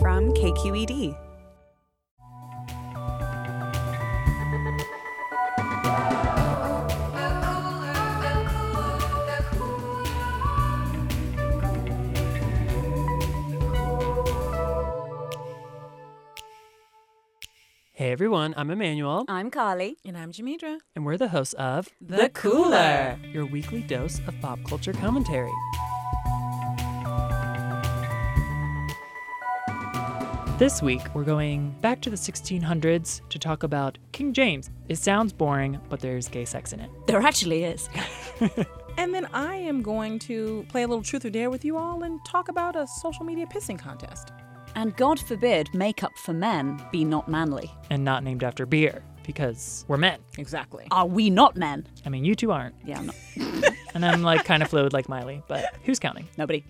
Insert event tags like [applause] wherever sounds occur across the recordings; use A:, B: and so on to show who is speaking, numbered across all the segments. A: from
B: E
A: KQED.
C: Hey everyone, I'm Emmanuel,
B: I'm Carly.
D: And I'm Jamidra.
C: and we're the hosts of
D: The Cooler.
C: your weekly dose of pop culture commentary. This week, we're going back to the 1600s to talk about King James. It sounds boring, but there's gay sex in it.
B: There actually is.
D: [laughs] And then I am going to play a little truth or dare with you all and talk about a social media pissing contest.
B: And God forbid makeup for men be not manly.
C: And not named after beer, because we're men.
D: Exactly.
B: Are we not men?
C: I mean, you two aren't.
B: Yeah, I'm not.
C: And I'm like
D: [laughs]
C: kind of fluid like Miley, but who's counting?
B: Nobody.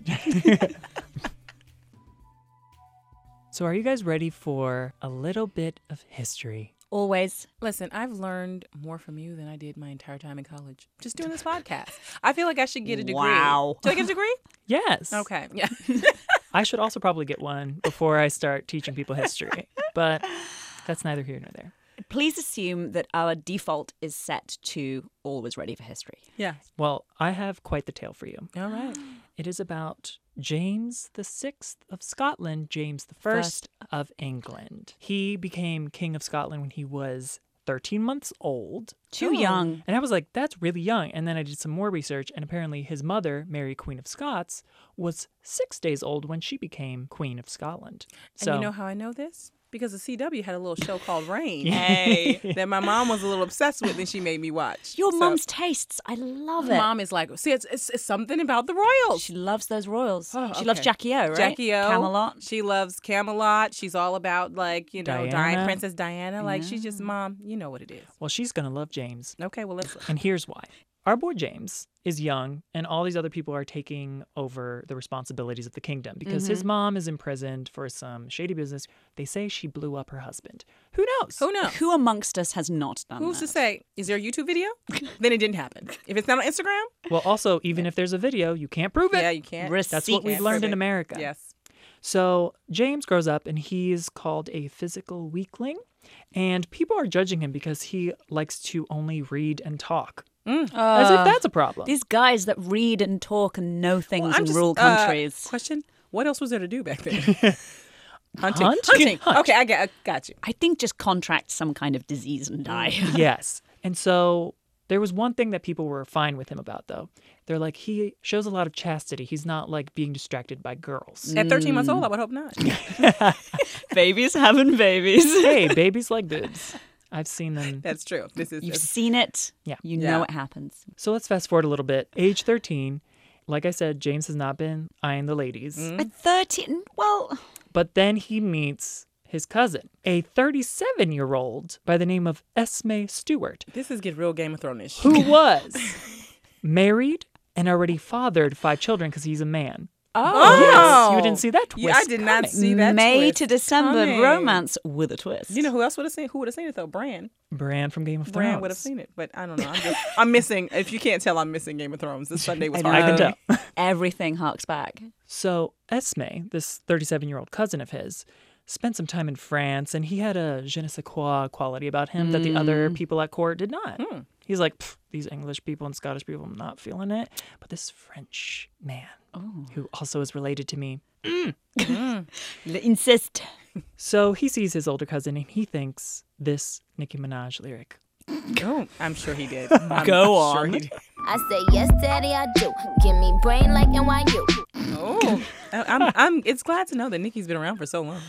C: So, are you guys ready for a little bit of history?
B: Always.
D: Listen, I've learned more from you than I did my entire time in college just doing this podcast. I feel like I should get a degree.
B: Wow.
D: Do I get
B: [laughs]
D: a degree?
C: Yes.
D: Okay. Yeah.
C: I should also probably get one before I start teaching people history, but that's neither here nor there.
B: Please assume that our default is set to always ready for history.
D: yeah.
C: Well, I have quite the tale for you.
D: All right.
C: It is about James the Sixth of Scotland, James the First of England. He became King of Scotland when he was 13 months old. Oh.
B: Too young.
C: And I was like, that's really young. And then I did some more research, and apparently his mother, Mary, Queen of Scots, was six days old when she became Queen of Scotland. So,
D: and you know how I know this? Because the CW had a little show called
B: [laughs]
D: Rain that my mom was a little obsessed with and she made me watch.
B: Your
D: So-
B: mum's tastes. I love it.
D: mom is like, see, it's, it's, it's something about the royals.
B: She loves those royals.
D: Oh,
B: She loves
D: okay.
B: Jackie O, right?
D: Jackie O.
B: Camelot.
D: She loves Camelot. She's all about like you know,
C: Diana.
D: Di- Princess Diana. Like she's just mom. You know what it is.
C: well, she's going to love James.
D: Okay, well let's.
C: And here's why. Our boy James is young, and all these other people are taking over the responsibilities of the kingdom because his
D: Mm-hmm.
C: mom is imprisoned for some shady business. They say she blew up her husband. Who knows?
D: Who knows?
B: Who amongst us has not done
D: Who's
B: that?
D: to say? Is there a
C: [laughs]
D: YouTube video? then it didn't happen. If it's not on Instagram,
C: Well, also, even if there's a video, you can't prove it.
D: yeah, you can't.
B: Receipt.
C: That's what we've
D: Can't
C: learned
D: prove
C: in
D: it.
C: America.
D: Yes.
C: So James grows up and he's called a physical weakling. And people are judging him because he likes to only read and talk.
D: Mm.
C: As
D: Uh,
C: if that's a problem.
B: These guys that read and talk and know things
D: Well,
B: in
D: I'm just,
B: rural
D: uh,
B: countries.
D: question: What else was there to do back
C: [laughs]
D: then? Hunting.
C: Hunt?
D: Hunting.
C: Hunt.
D: Okay, I got, I got you.
B: I think just contract some kind of disease
D: Mm.
B: and die.
D: [laughs]
C: yes. And so there was one thing that people were fine with him about, though. They're like, he shows a lot of chastity. He's not like being distracted by
D: [laughs]
C: girls.
D: At 13 months
C: Mm.
D: old, I would hope not.
B: babies having babies.
D: [laughs]
C: hey, babies like boobs. I've seen them.
D: That's true. This
C: [laughs]
D: is.
B: You've
D: this-
B: seen it.
C: Yeah.
B: You know
D: Yeah.
B: it happens.
C: So let's fast forward a little bit. Age 13. Like I said, James has not been eyeing the ladies.
D: Mm.
B: At 13, well,
C: But then he meets his cousin, a 37 year old by the name of Esme Stewart,
D: This is get real Game of Thrones.
C: who was married and already fathered five children because he's a man. Yes, you didn't see that twist.
D: Oh! Yeah, I did not
C: coming.
D: see that.
B: May
D: twist
B: to December
D: coming.
B: romance with a twist.
D: You know who else would have seen? Who would have seen it though? Bran.
C: Bran from Game of Thrones.
D: Bran would have seen it, but I don't know. I'm, just, I'm missing. If you can't tell, I'm missing Game of Thrones. This Sunday was
C: [laughs]
B: know.
C: I
D: hard.
C: can
B: Um,
C: tell.
B: everything harks back.
C: So Esme, this 37-year-old cousin of his, spent some time in France, and he had a je ne sais quoi quality about him that the
B: Mm.
C: other people at court did not.
B: Hmm.
C: He's like, "Pff, these English people and Scottish people, I'm not feeling it. But this French man,
B: Oh.
C: who also is related to me,
B: L- Insist.
C: so he sees his older cousin and he thinks this Nicki Minaj lyric.
D: Oh, I'm sure he
C: [laughs]
D: did. I'm
B: Go
D: Sure
B: on.
D: he did.
E: I say yes, daddy, I do. Give me brain like NYU.
D: Oh, I- [laughs] I'm, I'm. It's glad to know that Nikki's been around for so long.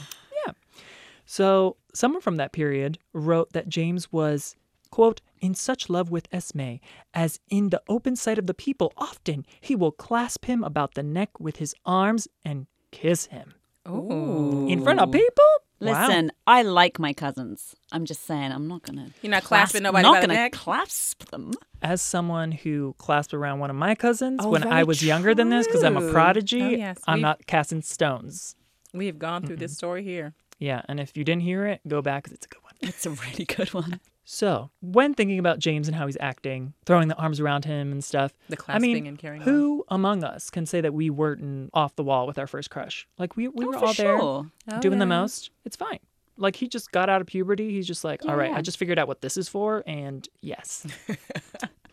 C: So someone from that period wrote that James was, quote, in such love with Esme, as in the open sight of the people, often he will clasp him about the neck with his arms and kiss him.
D: Oh,
C: In front of people? Wow.
B: Listen, I like my cousins. I'm just saying, I'm not gonna.
D: You're not
B: clasp-
D: clasping nobody
B: Not
D: by the
B: gonna
D: neck?
B: clasp them.
C: As someone who clasped around one of my cousins
D: Oh,
C: when I
D: very
C: was younger than this, because I'm a
D: true.
C: prodigy,
D: Oh, yes.
C: I'm
D: We-
C: not casting stones.
D: we have gone through this story here.
C: Yeah, and if you didn't hear it, go back 'cause it's a good one.
B: It's a really good one.
C: So, when thinking about James and how he's acting, throwing the arms around him and stuff,
D: The
C: I mean,
D: clasping and carrying
C: Who among us can say that we weren't off the wall with our first crush? Like we we
B: Oh,
C: were
B: for
C: all there
B: sure.
D: Oh,
C: doing the
D: yeah.
C: most. It's fine. Like he just got out of puberty. He's just like, all right,
B: Yeah.
C: I just figured out what this is for, and
D: [laughs]
C: yes.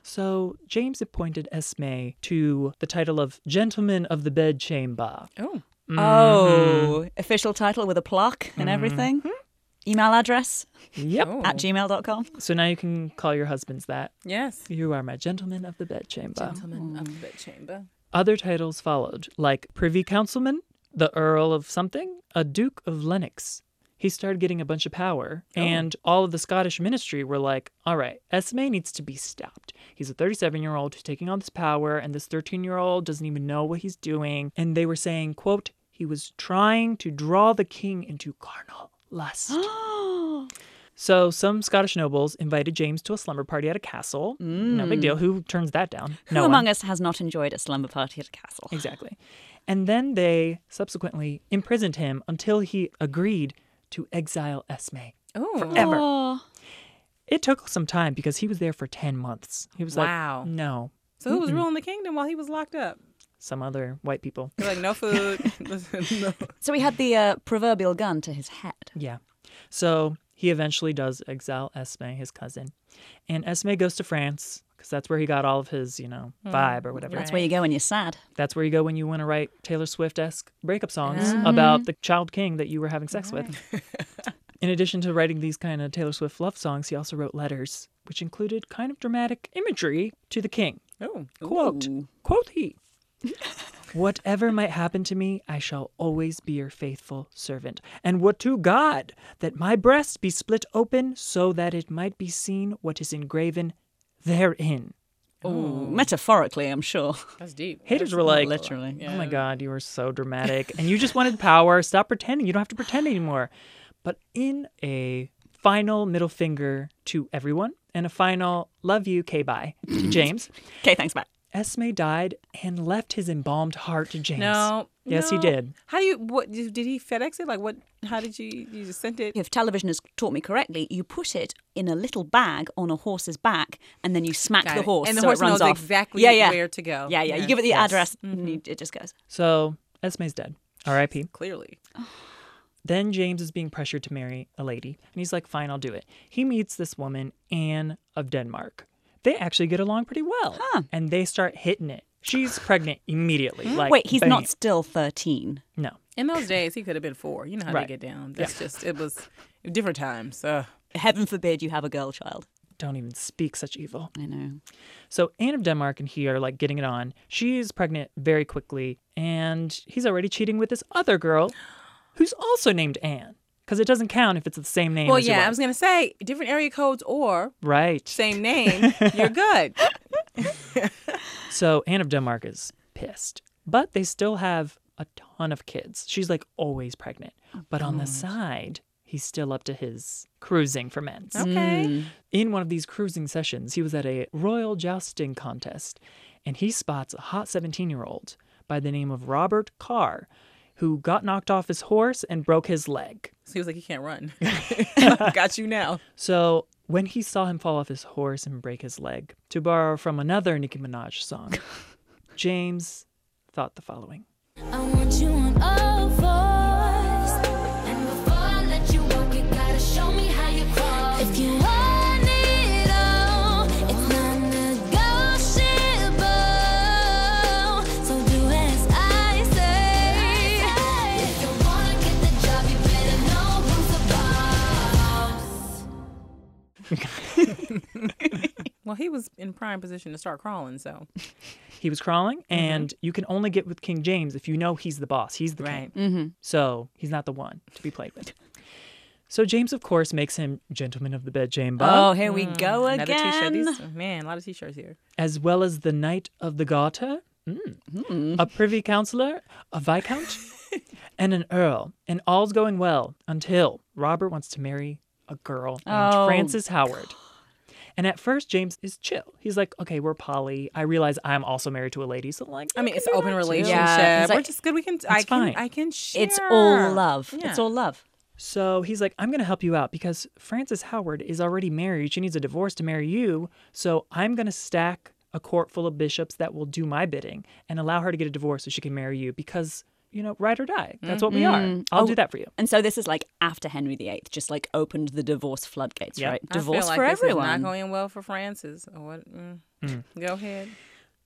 C: so James appointed Esme to the title of Gentleman of the Bedchamber.
D: Oh, Mm-hmm.
B: Oh, official title with a plaque and everything.
D: Hmm?
B: Email address
C: Yep.
D: Oh.
B: at gmail.com.
D: [gasps]
C: So now you can call your husbands that.
D: yes.
C: You are my gentleman of the bedchamber.
D: Gentlemen Mm.
C: Mm.
D: of the bedchamber.
C: Other titles followed, like Privy Councilman, the Earl of something, a Duke of Lennox. He started getting a bunch of power, and all of the Scottish ministry were like, all right, Esme needs to be stopped. He's a 37 year old who's taking on this power, and this 13 year old doesn't even know what he's doing. And they were saying, quote, he was trying to draw the king into carnal lust.
B: [gasps]
C: so some Scottish nobles invited James to a slumber party at a castle. No big deal. Who turns that down? No
B: Who
C: one.
B: among us has not enjoyed a slumber party at a castle?
C: Exactly. And then they subsequently imprisoned him until he agreed to exile Esme.
D: Oh,
C: Forever.
B: Oh.
C: It took some time because he was there for 10 months. He was
D: Wow.
C: like, no,
D: so who was ruling the kingdom while he was locked up?
C: some other white people.
D: They're
C: [laughs]
D: like no food. Listen, no.
B: So he had the uh, proverbial gun to his head.
C: Yeah. So he eventually does exile Esme, his cousin. And Esme goes to France because that's where he got all of his, you know, vibe or whatever.
B: That's where you go when you're sad.
C: That's where you go when you want to write Taylor Swift esque breakup songs about the child king that you were having sex with. [laughs] In addition to writing these kind of Taylor Swift love songs, he also wrote letters, which included kind of dramatic imagery to the king.
D: Oh,
C: Quote, quote he, Whatever might happen to me, I shall always be your faithful servant. And would to God that my breast be split open so that it might be seen what is engraven therein.
B: Metaphorically, I'm sure. [laughs]
D: that's deep.
C: Haters were like,
B: Literally.
C: Oh my God, you were so dramatic. And you just wanted power. Stop pretending. You don't have to pretend anymore. But in a final middle finger to everyone and a final love you, K bye
D: [laughs]
C: to James,
B: Okay, thanks, Matt.
C: Esme died and left his embalmed heart to James.
D: No.
C: Yes,
D: no.
C: he did.
D: How do you? What did did he FedEx it? Like what? How did you? You just sent it.
B: If television has taught me correctly, you put it in a little bag on a horse's back and then you smack
D: Got
B: the
D: it.
B: horse
D: and the
B: so
D: horse
B: it runs
D: knows
B: off.
D: exactly
B: yeah, yeah.
D: where to go. Mm-hmm.
B: Yeah, yeah. You give it the address and you, it just goes.
C: So Esme's dead. R.I.P.
D: Clearly,
C: Then James is being pressured to marry a lady, and he's like, fine, I'll do it. He meets this woman, Anne of Denmark. They actually get along pretty well, and they start hitting it. She's pregnant immediately. Like,
B: Wait, he's
C: bam.
B: not still 13.
C: No.
D: in those days he could have been four. You know how
C: Right.
D: they get down. That's just it was different times. Uh,
B: Heaven forbid you have a girl child.
C: Don't even speak such evil.
B: I know.
C: So, Anne of Denmark and he are like getting it on. She's pregnant very quickly, and he's already cheating with this other girl who's also named Anne, because it doesn't count if it's the same name.
D: well,
C: as your
D: yeah, I
C: wife.
D: was gonna say different area codes or
C: right.
D: same name.
B: [laughs]
D: you're good.
C: So Anne of Denmark is pissed, but they still have a ton of kids. She's like always pregnant. But on the side, he's still up to his cruising for men's.
D: Okay.
C: In one of these cruising sessions, he was at a royal jousting contest and he spots a hot 17 year old by the name of Robert Carr who got knocked off his horse and broke his leg.
D: So he was like, "You can't run. [laughs] Got you now."
C: So when he saw him fall off his horse and break his leg, to borrow from another Nicki Minaj song, James thought the following.
E: I want you on all fours. And before I let you walk, you gotta show me how you crawl. If you want it all, it's not negotiable. So do as I say. If you wanna get the job, you better know who's the boss.
D: Well, he was in prime position to start crawling. So
C: He was crawling, and you can only get with King James if you know he's the boss. He's the
D: Right.
C: king. So he's not the one to be played with. So James, of course, makes him gentleman of the bedchamber,
B: Oh, here we go
D: Hmm. another
B: again.
D: t-shirt. These, man, a lot of t-shirts here.
C: as well as the knight of the garter, mm, a privy councillor, a
D: [laughs]
C: viscount, and an earl. And all's going well until Robert wants to marry a girl named
B: Oh,
C: Frances Howard. And at first, James is chill. He's like, "Okay, we're poly. I realize I'm also married to a lady, so like,
D: I
C: you
D: mean,
C: can
D: it's
C: do that
D: open
C: too."
D: relationship.
B: Yeah, it's
D: We're
B: like-
D: just good. We can. I can.
C: fine.
D: I can share.
B: It's all love. It's
D: Yeah.
B: all love.
C: So he's like, I'm going to help you out because Frances Howard is already married. She needs a divorce to marry you. So I'm going to stack a court full of bishops that will do my bidding and allow her to get a divorce so she can marry you because, you know, ride or die. That's what we are. I'll do that for you.
B: And so this is like after Henry VIII, just like opened the divorce floodgates,
C: Yep.
B: right?
D: I feel
B: Divorce
D: like
B: for
D: this is
B: everyone.
D: not going well for Francis. Or what? Mm. Go ahead.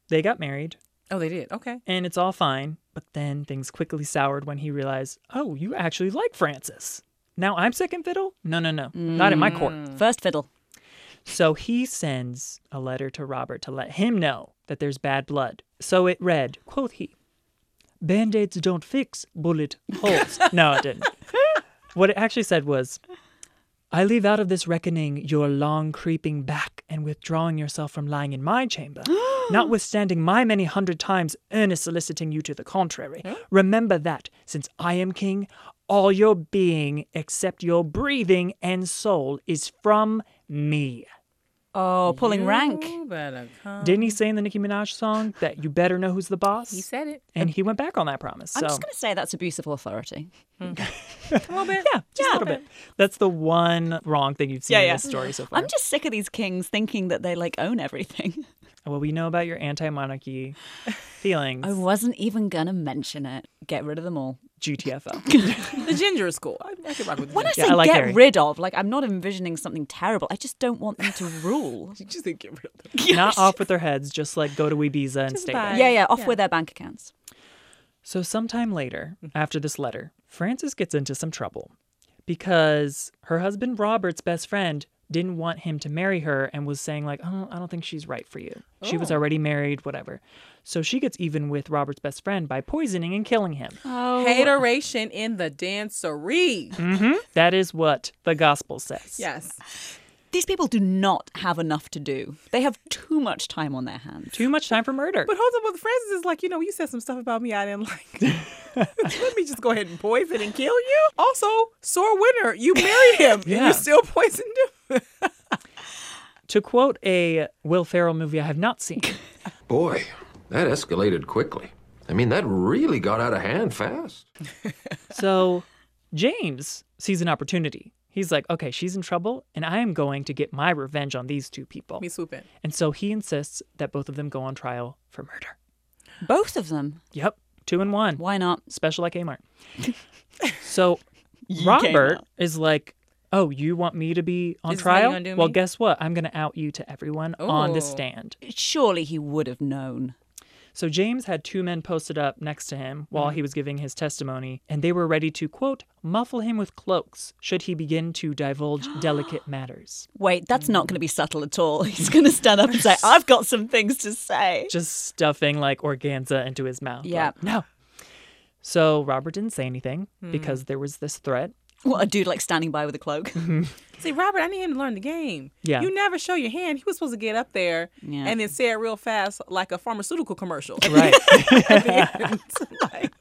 C: They got married
D: Oh, they did. Okay.
C: and it's all fine. But then things quickly soured when he realized, oh, you actually like Francis. Now I'm second fiddle? No, no, no. Not in my court.
D: Hmm.
B: First fiddle.
C: So he sends a letter to Robert to let him know that there's bad blood. So it read, quoth he, Band-aids don't fix bullet holes. no, it didn't. What it actually said was, I leave out of this reckoning your long creeping back and withdrawing yourself from lying in my chamber, notwithstanding my many hundred times earnest soliciting you to the contrary. Remember that, since I am king, all your being except your breathing and soul is from me.
B: Oh, pulling rank.
D: You better come.
C: Didn't he say in the Nicki Minaj song that you better know who's the boss?
D: He said it.
C: and he went back on that promise.
B: I'm
C: so
B: just going to say that's abuse of authority.
D: A little bit.
C: yeah, just a little bit. That's the one wrong thing you've seen
B: Yeah,
C: in
B: yeah.
C: this story so far.
B: I'm just sick of these kings thinking that they like own everything. [laughs]
C: Well, we know about your anti-monarchy feelings.
B: I wasn't even going to mention it. Get rid of them all.
C: GTFO.
D: The ginger is cool. I, I could rock with
B: [laughs]
D: the
B: When I
D: ginger.
B: say
C: Yeah, I like
B: get
C: Harry.
B: rid of, like I'm not envisioning something terrible. I just don't want
D: [laughs]
B: them to rule. [laughs]
D: You just didn't get rid of them.
C: Not off with their heads, just like go to Ibiza and stay there.
D: vibe.
B: Yeah, yeah, off
D: Yeah.
B: with their bank accounts.
C: So sometime later,
D: Mm-hmm.
C: after this letter, Frances gets into some trouble because her husband Robert's best friend didn't want him to marry her and was saying like, "Oh, I don't think she's right for you. She
D: Oh.
C: was already married, whatever." So she gets even with Robert's best friend by poisoning and killing him.
B: Oh,
D: Hateration in the dancery.
C: That is what the gospel says.
D: Yes.
B: these people do not have enough to do. They have too much time on their hands.
C: Too much time for murder.
D: But hold up, with Francis is like, you know, you said some stuff about me I didn't like. [laughs] Let me just go ahead and poison and kill you. Also, sore winner, you married him
C: [laughs]
D: and
C: Yeah.
D: you still poisoned him. [laughs]
C: to quote a Will Ferrell movie I have not
D: [laughs]
C: seen,
A: Boy, that escalated quickly. I mean, that really got out of hand fast.
C: So James sees an opportunity. He's like, okay, she's in trouble, and I am going to get my revenge on these two people.
D: me swoop in.
C: And so he insists that both of them go on trial for murder.
B: Both of them.
C: Yep, two and one.
B: Why not?
C: Special at
D: [laughs]
C: Kmart. so
B: came
C: Robert
B: out.
C: is like, oh, you want me to be on
D: This is how you
C: trial?
D: gonna do
C: well,
D: me? Oh.
C: guess what? I'm going to out you to everyone on the
D: Ooh.
C: stand.
B: Surely he would have known.
C: So James had two men posted up next to him while
D: Mm-hmm.
C: he was giving his testimony, and they were ready to, quote, muffle him with cloaks should he begin to
D: [gasps]
C: divulge delicate matters.
B: Wait, that's not going to be subtle at all. [laughs] He's going to stand up and say, I've got some things to say.
C: Just stuffing like organza into his mouth. like,
B: Yeah.
C: no. So Robert didn't say anything because there was this threat.
B: What a dude like standing by with a cloak.
D: See, Robert, I need him to learn the game.
C: Yeah.
D: You never show your hand. He was supposed to get up there
B: Yeah.
D: and then say it real fast like a
C: [laughs]
D: pharmaceutical commercial. [laughs]
C: Right.
D: At the end. Like,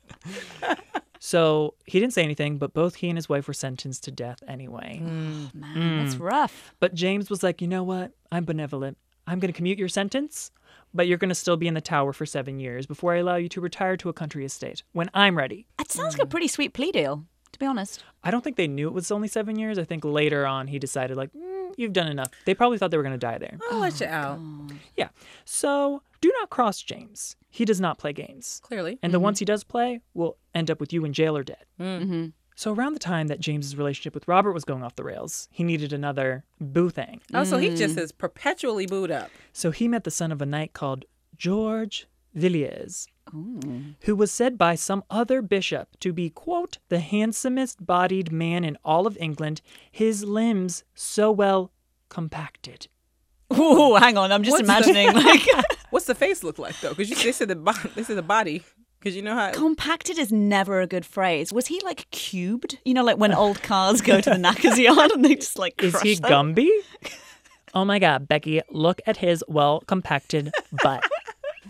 C: so he didn't say anything, but both he and his wife were sentenced to death anyway.
B: Man, that's rough.
C: But James was like, you know what? I'm benevolent. I'm going to commute your sentence, but you're going to still be in the tower for seven years before I allow you to retire to a country estate when I'm ready.
B: It sounds like a pretty sweet plea deal, to be honest.
C: I don't think they knew it was only seven years. I think later on he decided, like, "Mm, you've done enough. They probably thought they were going to die there.
D: I'll let you out.
C: Yeah. So do not cross James. He does not play games.
D: Clearly.
C: And the ones he does play will end up with you in jail or dead. Mm-hmm. So around the time that James's relationship with Robert was going off the rails, he needed another boo thing.
D: Oh, so he
C: Mm.
D: just is perpetually booed up.
C: So he met the son of a knight called George Villiers, who was said by some other bishop to be, quote, the handsomest bodied man in all of England, his limbs so well compacted.
B: Oh, hang on. I'm just
D: What's the-
B: imagining, [laughs] like,
D: What's the face look like though? Because they said the body. They said the body. Because you know how.
B: compacted is never a good phrase. Was he, like, cubed? You know, like when old cars go to the knackers yard and they just, like, crush
C: Is he
B: them?
C: Gumby? oh my God, Becky, look at his well compacted butt.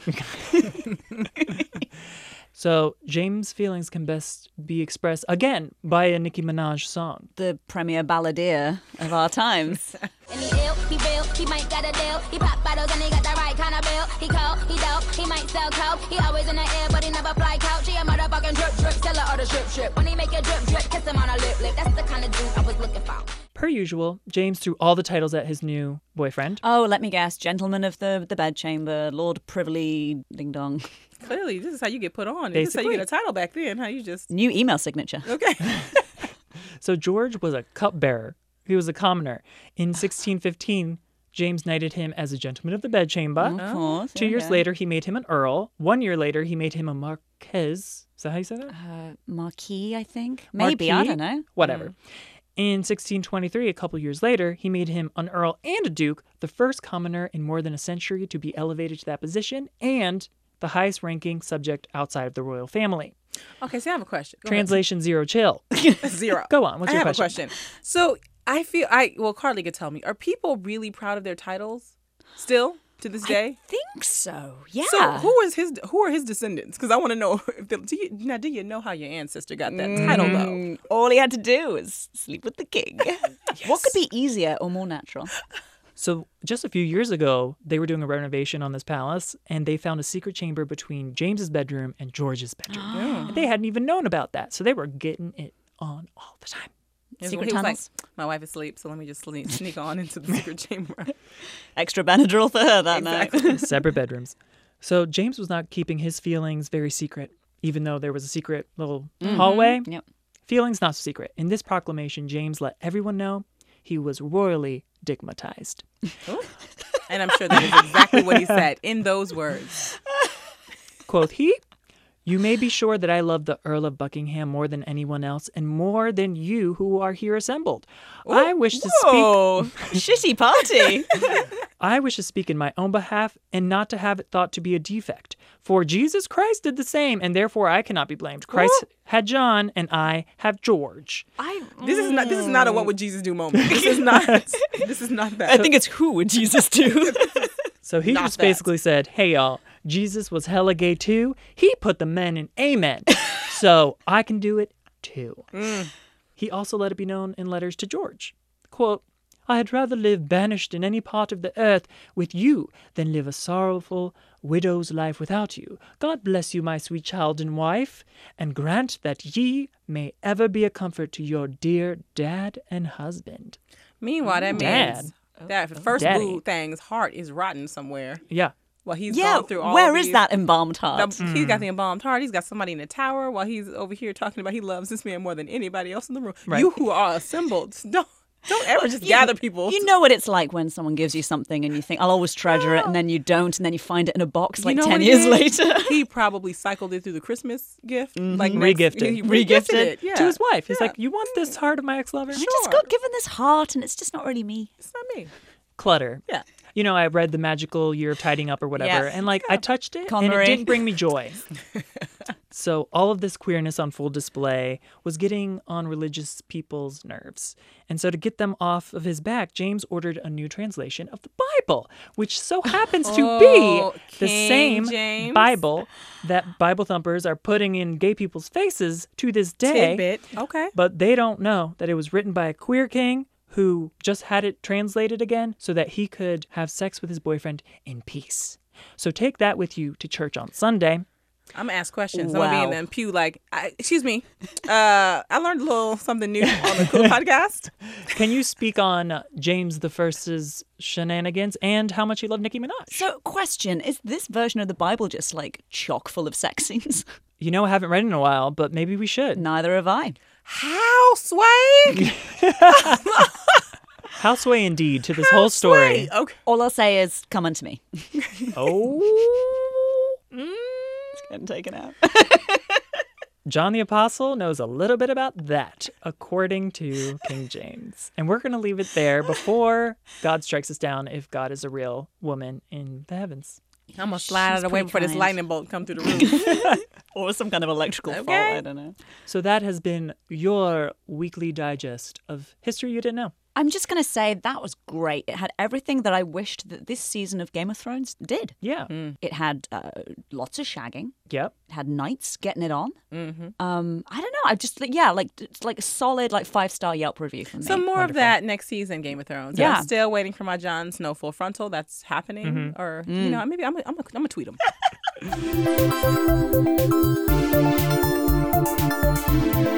C: [laughs] So James' feelings can best be expressed again by a Nicki Minaj song.
B: The premier balladeer of our times.
E: And he ill, he real, he might got a deal. He pop bottles and he got the right kind of bill. He cold, he dope, he might sell coke. He always in the air, but he never fly couch. He a motherfucking drip, drip, seller or the strip, strip. When he make a drip, drip, kiss him on a lip, lip. That's the kind of dude I was looking for.
C: Per usual, James threw all the titles at his new boyfriend.
B: oh, let me guess. Gentleman of the, the bedchamber, Lord Privily, ding dong. [laughs]
D: Clearly, this is how you get put on. This is how you get a title back then. How you just
B: New email signature.
D: okay?
C: So George was a cupbearer. He was a commoner. In 1615, James knighted him as a gentleman of the bedchamber.
B: Of course.
C: Two years
B: Oh, okay.
C: later, he made him an earl. One year later, he made him a marquess. Is that how you say that?
B: Uh, Marquis, I think. Maybe. I
C: Marquis?
B: don't know. Mm.
C: Whatever. In 1623, a couple years later, he made him an earl and a duke, the first commoner in more than a century to be elevated to that position, and the highest ranking subject outside of the royal family.
D: Okay, so I have a question. Go ahead.
C: Translation zero chill.
D: [laughs]
C: [laughs]
D: Zero.
C: Go on, what's
D: I
C: your
D: have
C: question?
D: a question. So I feel I well, Carly could tell me. Are people really proud of their titles still to this day?
B: think so. Yeah.
D: So who is his? Who are his descendants? Because I want to know. [laughs] If the, do you, now, do you know how your ancestor got that title
C: Mm-hmm.
D: though?
B: Mm, All he had to do was sleep with the king. What could be easier or more natural?
C: So, just a few years ago, they were doing a renovation on this palace and they found a secret chamber between James's bedroom and George's bedroom.
B: Oh.
C: And they hadn't even known about that. So, they were getting it on all the time.
D: Yes,
B: Secret
D: he was like,
B: tunnels.
D: my wife is asleep, so let me just sneak, sneak on into the secret
C: [laughs]
D: chamber. [laughs]
B: Extra Benadryl for her that night.
C: Separate bedrooms. So, James was not keeping his feelings very secret, even though there was a secret little hallway.
B: Yep.
C: Feelings not so secret. In this proclamation, James let everyone know he was royally digmatized.
D: And I'm sure that is exactly what he said in those
C: [laughs]
D: words.
C: Quoth he, You may be sure that I love the Earl of Buckingham more than anyone else, and more than you who are here assembled. I wish to speak
B: Oh, [laughs] shitty party.
C: I wish to speak in my own behalf and not to have it thought to be a defect. For Jesus Christ did the same, and therefore I cannot be blamed. Christ had John, and I have George.
B: I,
D: This is not. This is not a what would Jesus do moment. This
C: [laughs]
D: is not. This is not that.
B: think it's who would Jesus do?
C: So he just basically said, Hey y'all, Jesus was hella gay too. He put the men in
D: [laughs]
C: amen. so I can do it too.
D: Mm.
C: He also let it be known in letters to George. Quote, I had rather live banished in any part of the earth with you than live a sorrowful widow's life without you. God bless you, my sweet child and wife, and grant that ye may ever be a comfort to your dear dad and husband.
D: Meanwhile, that
C: Dad.
D: man's that first
C: Daddy.
D: boo thing's heart is rotten somewhere.
C: Yeah.
D: Well, he's
B: yeah,
D: gone through all.
B: where is
D: these-
B: that embalmed
D: the-
B: heart?
D: He's got the embalmed heart. He's got somebody in the tower while he's over here talking about he loves this man more than anybody else in the room. You who are assembled, [laughs] don't don't ever just gather
B: [laughs]
D: people.
B: You know what it's like when someone gives you something and you think, I'll always treasure it, and then you don't, and then you find it in a box like
D: know
B: 10
D: what he
B: years
D: did?
B: later.
D: [laughs]
B: Mm-hmm.
D: he probably cycled it through the Christmas gift, like next-
C: Regifted.
D: He regifted
B: Regifted
D: it Uh, yeah. Mm.
C: To his wife. He's like, You want this heart of my ex lover?
B: I just got given this heart, and it's just not really me.
D: It's not me.
C: clutter.
D: Yeah.
C: You know, I read the magical year of tidying up or whatever,
B: Yes.
C: and like I touched it and
B: Connery.
C: it didn't bring me
D: [laughs]
C: joy. so all of this queerness on full display was getting on religious people's nerves. And so to get them off of his back, James ordered a new translation of the Bible, which so happens to
D: Oh,
C: be the
D: King
C: same
D: James.
C: Bible that Bible thumpers are putting in gay people's faces to this day
D: Tidbit. Okay.
C: but they don't know that it was written by a queer king who just had it translated again so that he could have sex with his boyfriend in peace. So take that with you to church on Sunday.
D: I'm gonna ask questions. I'm gonna be
B: Wow.
D: in the pew like, I, excuse me. Uh, I learned a little something new on the
B: [laughs]
D: cool podcast.
C: Can you speak on uh, James the First's shenanigans and how much he loved Nicki Minaj?
B: So, question is this version of the Bible just like chock full of sex scenes? [laughs]
C: You know, I haven't read in a while, but maybe we should.
B: Neither have I.
D: How swag?
C: Houseway indeed to this whole story.
D: Okay.
B: All I'll say is, come unto me. [laughs]
C: Oh.
B: and taken out. [laughs]
C: John the Apostle knows a little bit about that, according to King James. And we're going to leave it there before God strikes us down if God is a real woman in the heavens.
D: I'm gonna slide out of the
B: pretty
D: way before this
B: kind.
D: lightning bolt come through the [laughs] roof.
B: or some kind of electrical fault. I don't know.
C: So that has been your weekly digest of history you didn't know.
B: I'm just going to say that was great. It had everything that I wished that this season of Game of Thrones did.
C: Yeah.
B: It had uh, lots of shagging.
C: Yep.
B: It had knights getting it on. Mm-hmm. Um, I don't know. I just like yeah, like it's like a solid like five star Yelp review from me.
D: Some more of that next season, Game of Thrones.
B: Yeah.
D: I'm still waiting for my Jon Snow full frontal. That's happening. Or, you know, maybe I'm going I'm to tweet him. [laughs]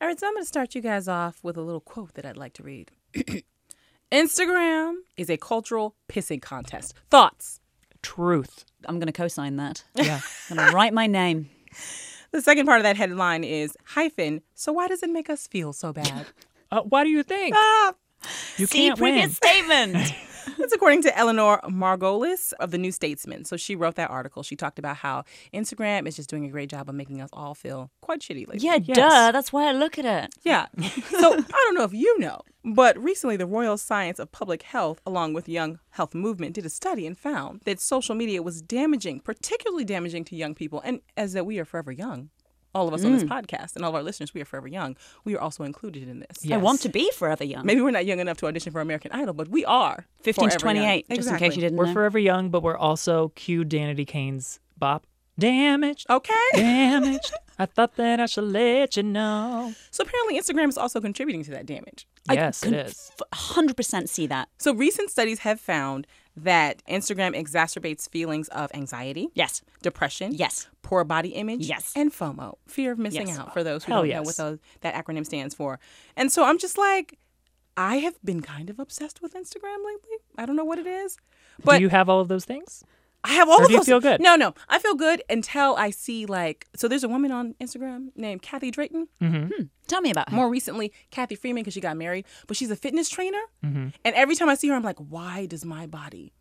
D: All right, so I'm going to start you guys off with a little quote that I'd like to read. [clears throat] Instagram is a cultural pissing contest. Thoughts?
C: Truth.
B: I'm going to co-sign that.
C: Yeah.
B: I'm going to write my name.
D: The second part of that headline is hyphen. So why does it make us feel so bad?
C: Uh, why do you think?
D: Ah,
C: you
B: See
C: can't win.
B: previous statement.
D: That's according to Eleanor Margolis of the New Statesman. So she wrote that article. She talked about how Instagram is just doing a great job of making us all feel quite shitty
B: [laughs]
D: lately.
B: yeah, duh. That's why I look at it.
D: Yeah. So I don't know if you know, but recently the Royal Science of Public Health, along with Young Health Movement, did a study and found that social media was damaging, particularly damaging to young people, and as that we are forever young. All of us on this podcast and all of our listeners, we are forever young. We are also included in this.
B: I want to be forever young.
D: Maybe we're not young enough to audition for American Idol, but we are.
B: 15 to
D: forever young.
B: 28, just in case
D: Exactly.
B: you didn't
C: We're
B: know.
C: forever young, but we're also cue Danity Kane's bop. Damaged.
D: Okay.
C: Damaged. I thought that I should let you know.
D: So apparently, Instagram is also contributing to that damage.
C: Yes, it
B: couldn't
C: is.
B: f- 100% see that.
D: So recent studies have found that Instagram exacerbates feelings of anxiety,
B: Yes.
D: depression,
B: Yes.
D: poor body image,
B: Yes.
D: and FOMO, fear of missing
B: Yes.
D: out. For those who
C: Hell
D: don't know
C: yes.
D: what those, that acronym stands for, and so I'm just like, I have been kind of obsessed with Instagram lately. I don't know what it is, but
C: do you have all of those things?
D: I have all
C: Or
D: of
C: do you
D: those.
C: feel good?
D: No, no, I feel good until I see like. So there's a woman on Instagram named Kathy Drayton.
C: Hmm.
B: Tell me about her.
D: More recently, Kathy Freeman, because she got married, but she's a fitness trainer.
C: Mm-hmm.
D: And every time I see her, I'm like, why does my body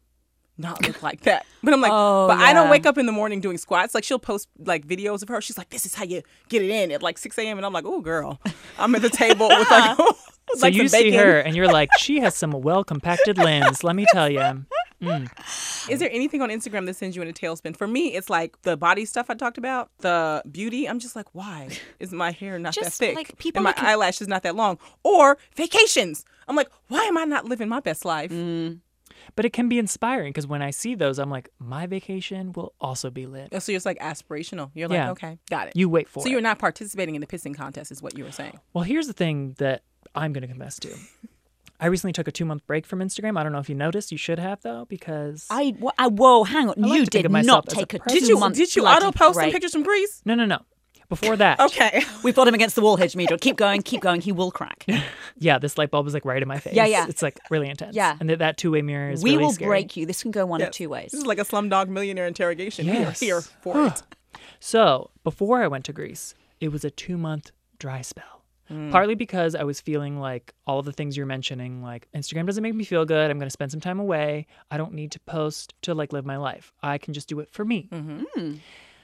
D: not look like that? [laughs] But I'm like,
B: Oh,
D: but I don't
B: yeah.
D: wake up in the morning doing squats. Like she'll post like videos of her. She's like, this is how you get it in at like 6 a.m. And I'm like, oh girl, I'm at the table with like, [laughs] with,
C: [laughs] So
D: like
C: you
D: some
C: see
D: bacon.
C: her and you're like, she has some well compacted lens. Let me tell you.
D: Is there anything on Instagram that sends you in a tailspin? For me, it's like the body stuff I talked about, the beauty. I'm just like, why is my hair not
B: Just,
D: that thick?
B: like, people
D: and my
B: looking-
D: eyelashes not that long. Or vacations. I'm like, why am I not living my best life?
C: But it can be inspiring because when I see those, I'm like, my vacation will also be lit.
D: So you're just like aspirational. You're like,
C: Yeah.
D: okay, got it.
C: You wait for
D: so
C: it.
D: you're not participating in the pissing contest, is what you were saying.
C: Well, here's the thing that I'm going to confess to. I recently took a two month break from Instagram. I don't know if you noticed. You should have though, because
B: I, wha- I- whoa, hang on.
C: I like
B: you
C: to think
B: did
C: of myself
B: not
C: as a
B: take a
C: person.
D: Did you
B: two-month
D: did you
B: bloody
D: auto post some
B: break.
D: pictures
C: [laughs]
D: from Greece?
C: no, no, no. Before that,
D: Okay.
B: We've got him against the wall, Hedgemedal. Keep going, keep going. He will [laughs] crack.
C: yeah, this light bulb was like right in my face.
B: Yeah, yeah.
C: It's like really intense.
B: Yeah.
C: and that, that two way mirror is
B: we
C: really
B: will
C: scary.
B: break you. This can go one of two ways.
D: This is like a slumdog millionaire interrogation. We are
C: Yes.
D: here for it.
C: So before I went to Greece, it was a two month dry spell.
B: Hmm.
C: Partly because I was feeling like all of the things you're mentioning, like Instagram doesn't make me feel good. I'm going to spend some time away. I don't need to post to like live my life. I can just do it for me.
B: Oh,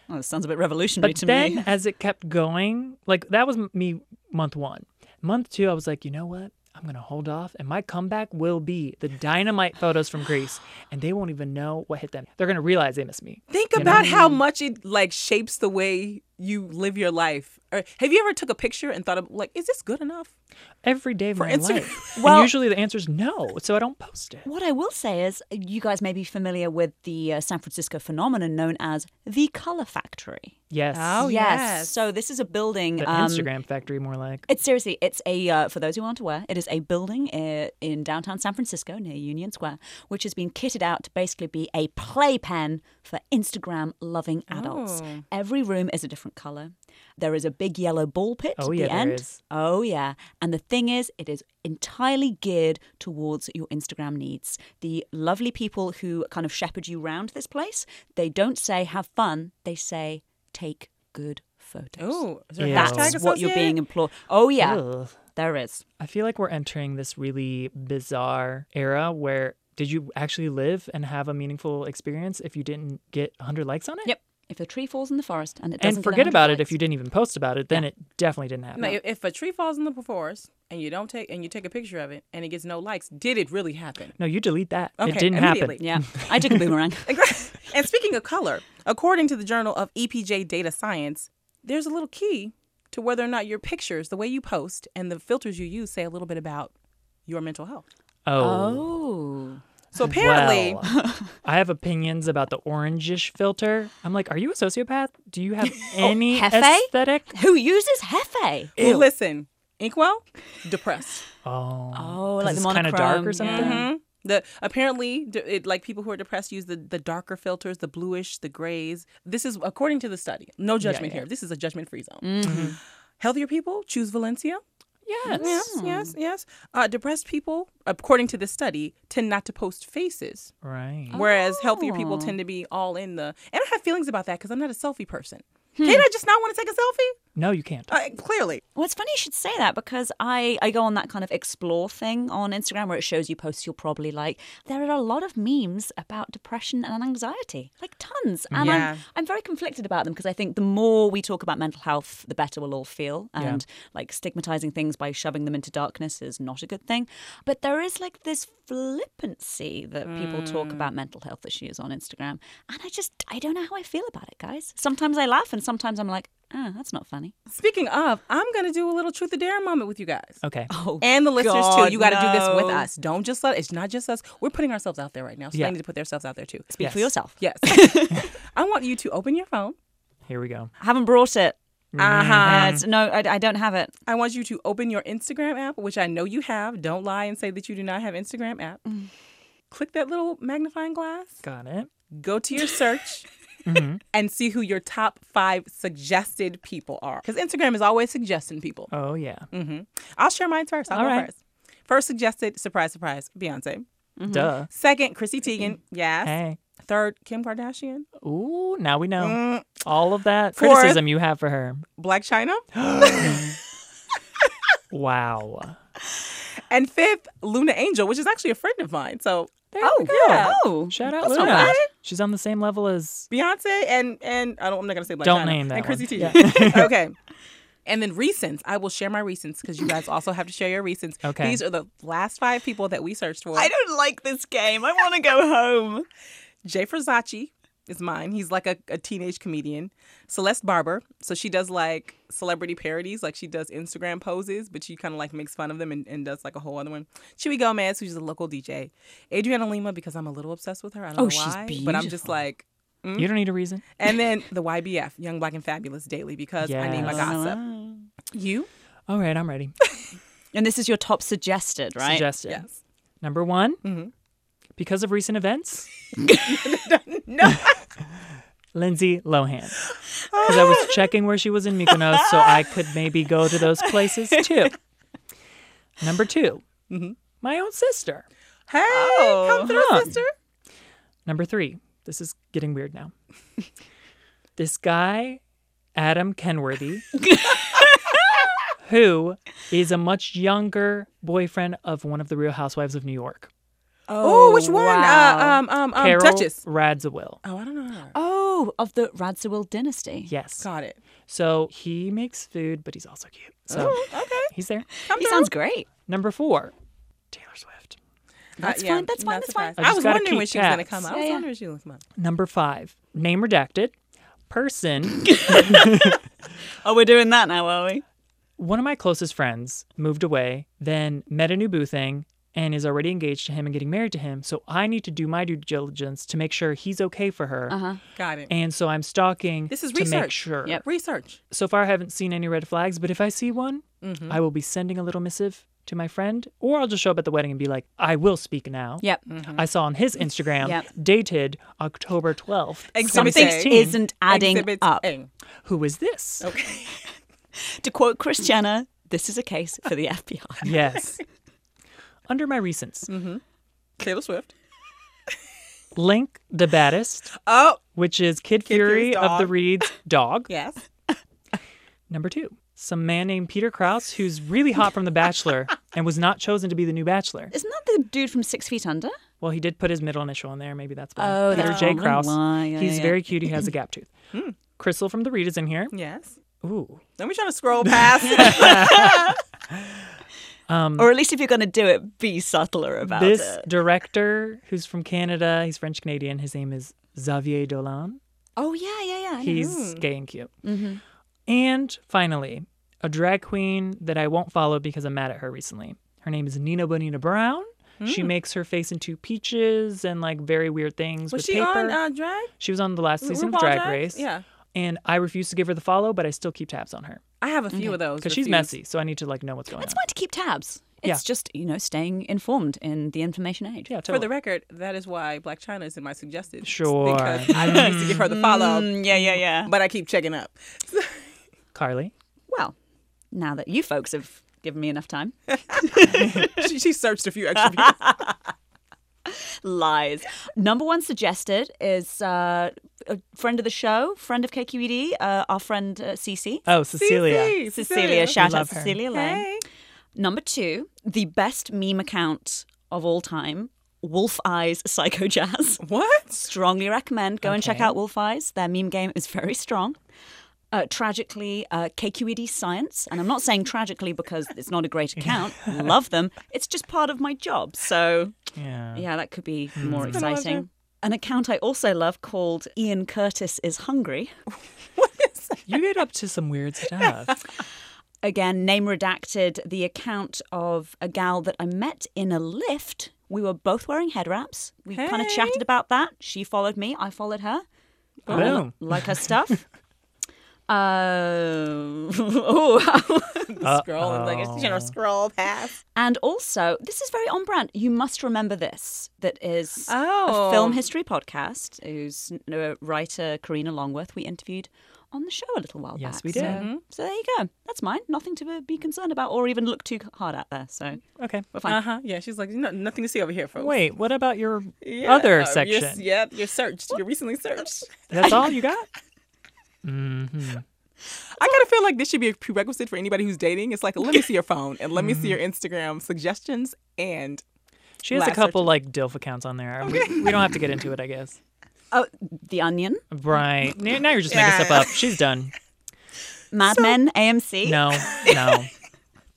B: this sounds a bit revolutionary
C: But
B: Mm-hmm. to
C: then
B: me.
C: as it kept going, like that was m- me month one. Month two, I was like, you know what? I'm going to hold off. And my comeback will be the dynamite photos from Greece. And they won't even know what hit them. They're going to realize they missed me.
D: Think about how much it like shapes the way you live your life. Or have you ever took a picture and thought of like, is this good enough?
C: Every day of my
D: Instagram.
C: life.
B: [laughs] Well-
C: and usually the answer is no. So I don't post it.
B: What I will say is, you guys may be familiar with the uh, San Francisco phenomenon known as the color factory.
C: Oh, Yes.
D: yes.
B: So this is a building.
C: The
B: Oh, um,
C: Instagram factory, more like.
B: It's seriously, it's a uh, for those who aren't aware, it is a building uh, in downtown San Francisco near Union Square, which has been kitted out to basically be a playpen for Instagram loving adults.
C: Oh.
B: Every room is a different color. There is a big yellow ball pit
C: Oh,
B: at
C: yeah,
B: the
C: there
B: end.
C: is.
B: Oh yeah, and the thing is, it is entirely geared towards your Instagram needs. The lovely people who kind of shepherd you round this place, they don't say have fun. They say take good photos.
D: Oh, is there a
C: Yeah.
D: hashtag
B: That's what you're
D: associated?
B: being employed. Oh yeah,
C: Ugh.
B: there is.
C: I feel like we're entering this really bizarre era where did you actually live and have a meaningful experience if you didn't get 100 likes on it?
B: Yep. If a tree falls in the forest and it doesn't
C: And forget about
B: [laughs]
C: it if you didn't even post about it, then it definitely didn't happen.
D: No, if- if a tree falls in the forest and you don't take and you take a picture of it and it gets no likes, did it really happen?
C: No, you delete that.
D: Okay,
C: it didn't happen.
D: immediately.
C: [laughs]
B: Yeah, I took a boomerang.
D: Exactly. [laughs] And speaking of color, according to the Journal of EPJ Data Science, there's a little key to whether or not your pictures, the way you post, and the filters you use say a little bit about your mental health.
C: Oh,
B: Oh.
D: So apparently,
C: well,
B: [laughs]
C: I have opinions about the orangish filter. I'm like, are you a sociopath? Do you
B: [laughs]
C: have any
B: Oh, Hefe?
C: aesthetic?
B: Who uses Hefe?
D: listen, Inkwell, depressed.
C: Oh,
B: Oh,
C: 'cause
B: like the
C: it's kind of dark
B: monochrome,
C: or something.
B: yeah.
D: Mhm. The apparently, d- it, like people who are depressed use the, the darker filters, the bluish, the grays. This is according to the study. No judgment here. This is a judgment free zone. Healthier people choose Valencia.
C: Yes.
D: Yes, yes, yes. Uh, depressed people, according to this study, tend not to post faces,
C: Right.
D: whereas healthier people tend to be all in the. And I have feelings about that because I'm not a selfie person. Did I just not want to take a selfie?
C: No, you can't.
D: Uh, clearly.
B: Well, it's funny you should say that because I, I go on that kind of explore thing on Instagram where it shows you posts you'll probably like. There are a lot of memes about depression and anxiety, like tons. And
D: Yeah.
B: I'm, I'm very conflicted about them because I think the more we talk about mental health, the better we'll all feel. And like stigmatizing things by shoving them into darkness is not a good thing. But there is like this flippancy that people talk about mental health issues on Instagram. And I just, I don't know how I feel about it, guys. Sometimes I laugh and sometimes I'm like, ah, that's not funny.
D: Speaking of, I'm going to do a little truth or dare moment with you guys.
C: Okay.
B: Oh,
D: And the listeners
B: God,
D: too. You got to do this with
B: no.
D: us. Don't just let it's not just us. We're putting ourselves out there right now, so
C: Yeah.
D: they need to put themselves out there too.
B: Speak for
C: Yes.
B: yourself. [laughs]
D: Yes. [laughs] I want you to open your phone.
C: Here we go.
B: I haven't brought it. Uh-huh. It's- no, I, I don't have it.
D: I want you to open your Instagram app, which I know you have. Don't lie and say that you do not have Instagram app.
B: Mm.
D: Click that little magnifying glass.
C: Got it.
D: Go to your
B: [laughs]
D: search
C: Mm-hmm.
D: and see who your top five suggested people are. Because Instagram is always suggesting people.
C: Oh yeah.
D: I'll share mine first. I'll
C: All
D: go
C: right.
D: first. First suggested, surprise, surprise, Beyonce.
C: Duh.
D: Second, Chrissy Teigen. Yes.
C: Hey.
D: Third, Kim Kardashian.
C: Ooh. Now we know all of that
D: Mm. Fourth.
C: criticism you have for her.
D: Black China.
C: Wow.
D: And fifth, Luna Angel, which is actually a friend of mine. So
C: oh
D: yeah.
B: Oh.
C: Shout out
D: That's
C: Luna.
D: not bad.
C: She's on the same level as
D: Beyonce and and I don't I'm not gonna say Black
C: Don't
D: China.
C: name that
D: and Chrissy
C: one. [laughs]
D: Teigen. [laughs] okay. And then recents. I will share my recents because you guys also have to share your recents.
C: Okay.
D: These are the last five people that we searched for.
B: don't like this game. I want to go home.
D: Jay Frazzacci is mine. He's like a, a teenage comedian. Celeste Barber. So she does like celebrity parodies, like she does Instagram poses, but she kind of like makes fun of them and, and does like a whole other one. Chewy Gomez, who's a local DJ. Adriana Lima, because I'm a little obsessed with her. I don't
B: Oh,
D: know
B: she's
D: why. But I'm just
B: beautiful.
D: like, Mm.
C: you don't need a reason.
D: and then the YBF, Young Black and Fabulous Daily, because I need my
C: Yes.
D: gossip. You?
C: All right, I'm ready.
B: And this is your top suggested, right?
C: Suggested.
D: Yes. Mm-hmm.
C: Number one, because of recent
D: [laughs]
C: events. no. [laughs] Lindsay Lohan. Because I
D: [laughs]
C: was checking where she was in Mykonos, so I could maybe go to those places too.
D: [laughs]
C: Number 2
D: Mm-hmm.
C: my own sister.
D: Hey, come through, sister.
C: Number three, this is getting weird now. [laughs] this guy, Adam Kenworthy, who is a much younger boyfriend of one of the Real Housewives of New York,
D: Oh, which one?
B: wow.
D: Uh, um, um, um,
C: Carol
D: Duchess.
C: Radziwill.
D: Oh, I don't know. Her.
B: Oh, of the Radziwill dynasty.
C: Yes.
D: Got it.
C: So he makes food, but he's also cute. So
D: Oh, Okay.
C: he's there.
B: He sounds great.
C: Number four, Taylor Swift.
D: Uh, That's
B: fine, that's fine, that's fine.
C: I
D: I,
C: just
D: was
C: gotta
D: wondering when
C: keep
D: she was going to
C: tabs.
D: come up. I
B: Yeah,
D: was
B: yeah.
D: wondering when she was going to come
C: Number five, name redacted, person.
B: Oh, we're doing that now, are we?
C: one of my closest friends moved away, then met a new boo thing and is already engaged to him and getting married to him. So I need to do my due diligence to make sure he's okay for her.
D: up. Got it.
C: And so I'm stalking
D: Uh-huh. This is
C: to make
D: research.
C: sure.
B: Yep.
D: Research.
C: So far, I haven't seen any red flags, but if I see one,
D: Mm-hmm.
C: I will be sending a little missive to my friend, or I'll just show up at the wedding and be like, I will speak now.
B: Yep.
C: I saw on his Instagram,
B: Yep.
C: dated October 12th,
D: Exhibit
B: Something
C: 2016.
D: A.
B: isn't adding
D: Exhibit
B: up.
D: A.
C: Who is this?
D: Okay.
B: To quote Christiana, this is a case for the [laughs] FBI.
C: Yes. Under my recents,
D: Taylor Swift.
C: Link the Baddest.
D: Oh,
C: which is Kid, Fury
D: Fury's
C: of the
B: [laughs]
D: dog.
C: Reed's dog.
D: yes.
C: Number two, some man named Peter Krause who's really hot from The Bachelor and was not chosen to be the new Bachelor.
B: Isn't that the dude from Six Feet Under?
C: Well, he did put his middle initial in there. Maybe that's why.
B: Oh,
C: Peter
B: that's
C: J.
B: probably
C: Krause.
B: why. Yeah,
C: He's
B: yeah, Hmm. Mm.
C: very cute. He has
B: [laughs]
C: a gap tooth. Crystal from The Reed is in here.
D: Yes.
C: Ooh. [laughs]
D: Let me try to scroll past.
B: or at least if you're going to do it, be subtler about
C: Um, this
B: it.
C: director who's from Canada, he's French Canadian. His name is Xavier Dolan.
B: Oh yeah, yeah, yeah. I know.
C: He's gay and cute.
D: Mm-hmm.
C: And finally, a drag queen that I won't follow because I'm mad at her recently. Her name is Nina Bonina Brown.
D: Mm.
C: She makes her face into peaches and like very weird things
D: Was
C: with
D: she
C: paper.
D: on uh, drag?
C: she was on the last season
D: RuPaul
C: of Drag
D: Drag?
C: Race.
D: Yeah.
C: And I refuse to give her the follow, but I still keep tabs on her
D: I have a few of those
C: because she's
D: refused.
C: messy. So I need to like know what's going
B: It's
C: on.
B: fine to keep tabs. It's
C: Yeah.
B: just you know staying informed in the information age.
C: Yeah,
D: For the
C: totally.
D: record, that is why Black China is in my suggested.
C: Sure. [laughs] Mm-hmm.
D: Because [laughs] I refuse to give her the follow,
B: Mm, yeah, yeah, yeah.
D: but I keep checking up.
C: Carly.
B: Well, now that you folks have given me enough time, [laughs]
D: she, she searched a few
C: [laughs]
D: extra people.
B: lies. Number one suggested is uh, a friend of the show, friend of KQED, uh, our friend uh, Cece.
C: Oh, Cecilia.
D: Cece,
B: Cecilia, shout out
C: love her.
B: Cecilia Lang.
D: Hey.
B: Number two, the best meme account of all time, Wolf Eyes Psycho Jazz.
D: What?
B: Strongly recommend. Go and check
C: Okay.
B: out Wolf Eyes. Their meme game is very strong. Uh, tragically, uh, KQED Science, and I'm not saying tragically because it's not a great account. Love them. It's just part of my job. So
C: Yeah.
B: yeah, that could be more exciting. An account I also love called Ian Curtis is Hungry.
C: You get up to some
D: [laughs]
C: weird stuff.
B: Again, name redacted, the account of a gal that I met in a lift. We were both wearing head wraps. We kind of chatted about that. She followed me, I followed her.
C: Boom.
B: Like her stuff. uh, [laughs] oh,
D: Scroll and like you know, scroll past.
B: and also, this is very on brand. You must remember this. That is
D: Oh.
B: a film history podcast. Whose uh, writer Karina Longworth we interviewed on the show a little while
C: Yes,
B: back.
C: we did.
B: So, so there you go. That's mine. Nothing to be concerned about or even look too hard at there. So
C: Okay.
B: we're fine.
D: Uh huh. Yeah, she's like, no, nothing to see over here, folks.
C: Wait, what about your
D: Yeah,
C: other
D: you're-
C: section?
D: yeah, you're searched. You're recently searched.
C: That's all you got?
D: [laughs] I kind of feel like this should be a prerequisite for anybody who's dating. It's like, let me see your phone and let me see your Instagram suggestions and
C: She has
D: Last
C: a couple like DILF accounts on there. We, we don't have to get into it, I guess.
B: oh, The Onion,
C: Right. Now now you're just
D: Yeah.
C: making stuff up. She's done.
B: Mad Men, AMC.
C: No, no.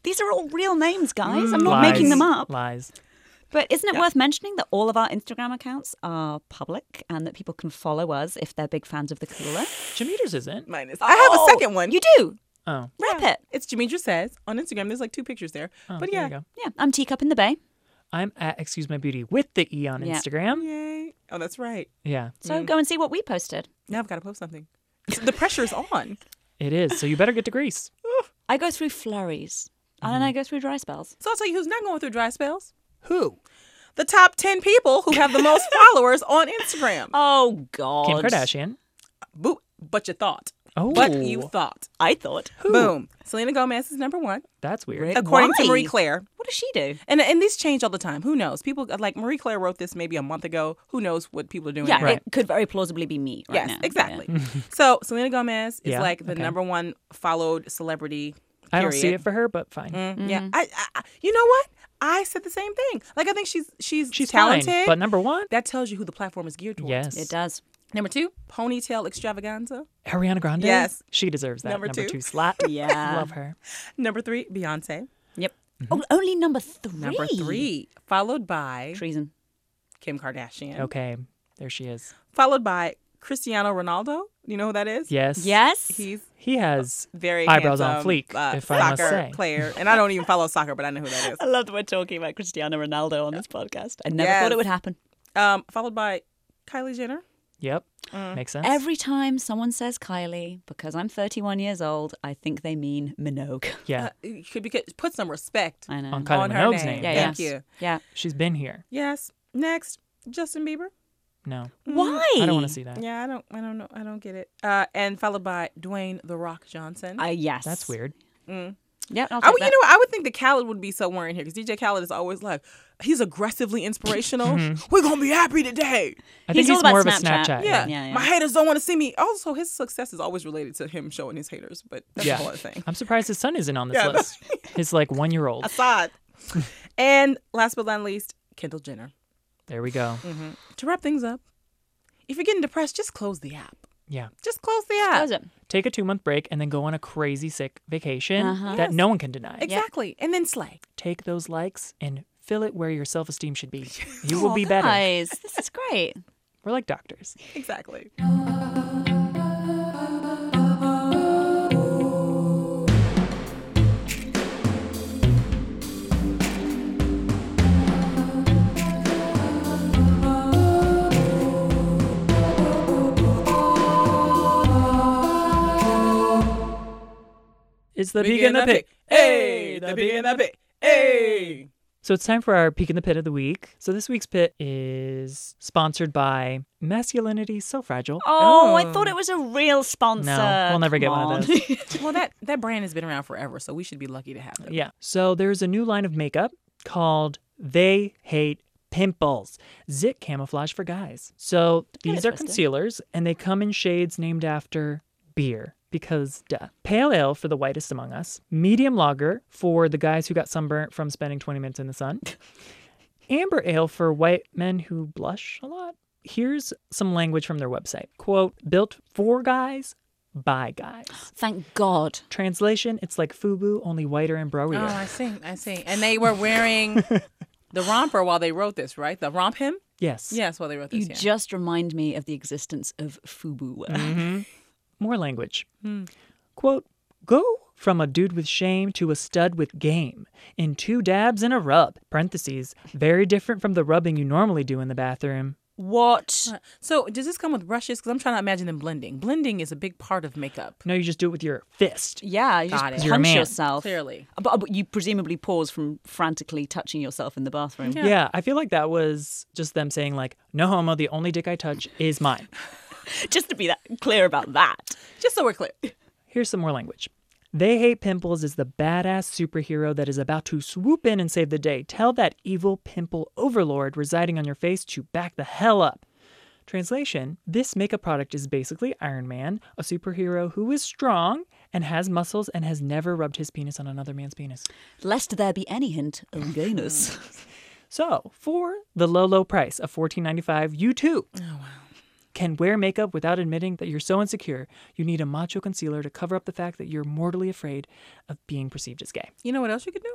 B: These are all real names, guys. I'm not
C: lies,
B: making them up.
C: Mm. Lies.
B: But isn't it worth mentioning that all of our Instagram accounts are public and that people can follow us if they're big fans of the cooler?
C: Jim Eaters isn't.
D: minus. I have
B: Oh,
D: a second one.
B: You do.
C: Oh,
B: Wrap it.
D: It's Jamidra says on Instagram. There's like two pictures there. but
C: there
D: yeah.
C: you go.
B: Yeah, I'm Teacup in the Bay.
C: I'm at Excuse My Beauty with the E on
B: Yeah.
C: Instagram.
D: Yay. Oh, that's right.
C: Yeah,
B: So go and see what we posted.
D: Now I've got to post something. The pressure is on.
C: it is. So you better get to Greece.
B: I go through flurries and then I go through dry spells.
D: So I'll tell you who's not going through dry spells.
C: Who?
D: The top 10 people who have the most followers on Instagram.
B: Oh, God.
C: Kim Kardashian.
D: Boo, but you thought.
C: Oh,
D: But you thought.
B: I thought.
D: Boom. Selena Gomez is number one,
C: that's weird.
B: Rick-
D: according to
B: Why?
D: Marie Claire.
B: What does she do?
D: And, and these change all the time. Who knows? People like Marie Claire wrote this maybe a month ago. Who knows what people are doing?
B: Yeah,
D: now.
C: Right.
B: it could very plausibly be me right
D: Yes,
B: now.
D: exactly.
C: [laughs]
D: so Selena Gomez is
C: Yeah,
D: like the
C: okay.
D: number one followed celebrity.
C: I don't see
D: period.
C: it for her, but fine.
D: Mm, Yeah,
B: Mm-hmm.
D: I, I, I- you know what? I said the same thing. Like I think she's she's
C: She's
D: talented.
C: fine. But number one,
D: that tells you who the platform is geared towards.
C: yes,
B: It does.
D: Number two, ponytail extravaganza.
C: Ariana Grande.
D: Yes.
C: she deserves that
D: Number
C: number,
D: two.
C: two. slot.
B: Yeah.
C: love her.
D: Number three, Beyonce.
B: Yep.
C: Mm-hmm.
B: Oh, only number three.
D: Number three, followed by
B: Treason.
D: Kim Kardashian.
C: Okay, there she is.
D: Followed by Cristiano Ronaldo. You know who that is?
C: Yes,
B: Yes.
D: He's
C: He has
D: very
C: Eyebrows on
D: handsome,
C: fleek,
D: uh,
C: if I must
D: soccer
C: say.
D: player, and I don't even follow soccer, but I know who
C: [laughs]
D: that is.
B: I love that we're talking about Cristiano Ronaldo on this podcast. I never
D: Yes.
B: thought it would happen.
D: Um, followed by Kylie Jenner.
C: yep,
D: Mm.
C: makes sense.
B: Every time someone says Kylie, because I'm 31 years old, I think they mean Minogue. [laughs]
C: yeah,
D: You could be, put some respect
B: I know.
C: on Kylie
D: on her
C: Minogue's
D: name.
C: name.
B: yeah, yes.
D: Thank you.
B: Yeah.
C: she's been here.
D: Yes. Next, Justin Bieber. Mm-hmm.
C: No,
B: Why?
C: I don't want to see that.
D: Yeah, I don't, I don't know, I don't get it. Uh, and followed by Dwayne the Rock Johnson.
B: Uh, yes.
C: That's weird.
B: Yeah. I'll
D: I,
B: take
D: would- you
B: that.
D: know, what? I would think that Khaled would be somewhere in here because DJ Khaled is always like, he's aggressively inspirational.
C: Mm-hmm.
D: We're gonna be happy today.
C: I
B: He's
C: think
B: all
C: he's
B: about
C: more of a
B: Snapchat.
C: Snapchat.
D: Yeah.
B: yeah, yeah.
D: my haters don't want to see me. Also, his success is always related to him showing his haters, but that's a whole other thing.
C: I'm surprised his son isn't on this
D: Yeah, [laughs]
C: list. His like one year old.
D: Assad. and last but not least, Kendall Jenner.
C: There we go.
D: Mm-hmm. To wrap things up, if you're getting depressed, just close the app.
C: Yeah.
D: Just close the app.
B: Close it.
C: Take a two month break and then go on a crazy sick vacation
B: Uh-huh.
C: that no one can deny.
D: Exactly. And then slay.
C: Take those likes and fill it where your self esteem should
D: [laughs]
C: be. You will be better.
B: Guys, this is
C: [laughs]
B: great.
C: We're like doctors.
D: Exactly.
C: It's the
D: Big
C: peak in the pit.
D: Hey, the big in the pit. Hey.
C: So it's time for our peek in the pit of the week. So this week's pit is sponsored by Masculinity So Fragile.
B: Oh, I thought it was a real sponsor.
C: No, we'll never
B: Come
C: get one of
B: on. [laughs]
C: those.
D: Well, that that brand has been around forever, so we should be lucky to have them.
C: yeah. So there's a new line of makeup called They Hate Pimples, Zit Camouflage for Guys. So these are
B: twisted.
C: concealers and they come in shades named after beer. Because duh. Pale ale for the whitest among us, medium lager for the guys who got sunburnt from spending 20 minutes in the
D: [laughs]
C: sun, amber ale for white men who blush a lot. Here's some language from their website quote, built for guys by guys.
B: Thank God.
C: Translation, it's like FUBU, only whiter and
D: Oh,
C: browier.
D: I see. I see. And they were wearing [laughs] the romper while they wrote this, right? The romp him?
C: yes.
D: Yes, while they wrote this.
B: You
D: yeah.
B: just remind me of the existence of Fubu.
C: Mm-hmm. More language. Quote, go from a dude with shame to a stud with game in two dabs and a rub. Parentheses, very different from the rubbing you normally do in the bathroom.
B: What?
D: so does this come with brushes? Because I'm trying to imagine them blending. Blending is a big part of makeup.
C: No, you just do it with your fist.
B: Yeah, you
D: Got it.
B: just
C: You're a
B: punch
C: man.
B: yourself.
D: Clearly.
B: But, but you presumably pause from frantically touching yourself in the bathroom.
C: Yeah. I feel like that was just them saying, like, no homo, the only dick I touch is mine.
B: [laughs] Just to be that clear about that.
D: Just so we're clear.
C: Here's some more language. They Hate Pimples is the badass superhero that is about to swoop in and save the day. Tell that evil pimple overlord residing on your face to back the hell up. Translation This makeup product is basically Iron Man, a superhero who is strong and has muscles and has never rubbed his penis on another man's penis.
B: Lest there be any hint of
D: [laughs]
B: gayness. [laughs]
C: So, for the low, low price of $14.95, you too can wear makeup without admitting that you're so insecure you need a macho concealer to cover up the fact that you're mortally afraid of being perceived as gay.
D: You know what else you could do?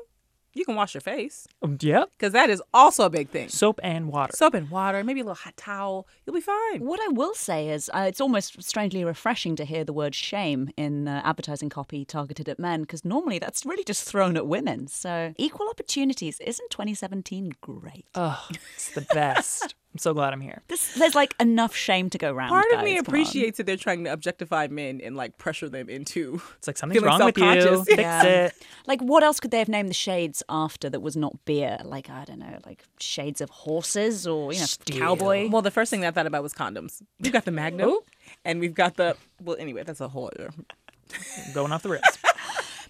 D: You can wash your face
C: Um, Yep.
D: because that is also a big thing.
C: Soap and water.
D: Soap and water, maybe a little hot towel. You'll be fine.
B: What I will say is, uh, it's almost strangely refreshing to hear the word shame in uh, advertising copy targeted at men, because normally that's really just thrown at women. So, equal opportunities isn't 2017 great?
C: oh, it's the best. I'm so glad I'm here.
B: This, there's like enough shame to go round.
D: Part of
B: guys,
D: me
B: come on.
D: appreciates that they're trying to objectify men and like pressure them into.
C: It's like something's
D: Feeling
C: wrong with you.
D: self-conscious.
C: Fix
B: Yeah.
C: it.
B: Like, what else could they have named the shades after that was not beer? Like, I don't know, like shades of horses or you know, cowboy.
D: [laughs] Well, the first thing that I thought about was condoms. We've got the Magnum, and we've got the. Well, anyway, that's a whole other.
C: Going off the rails.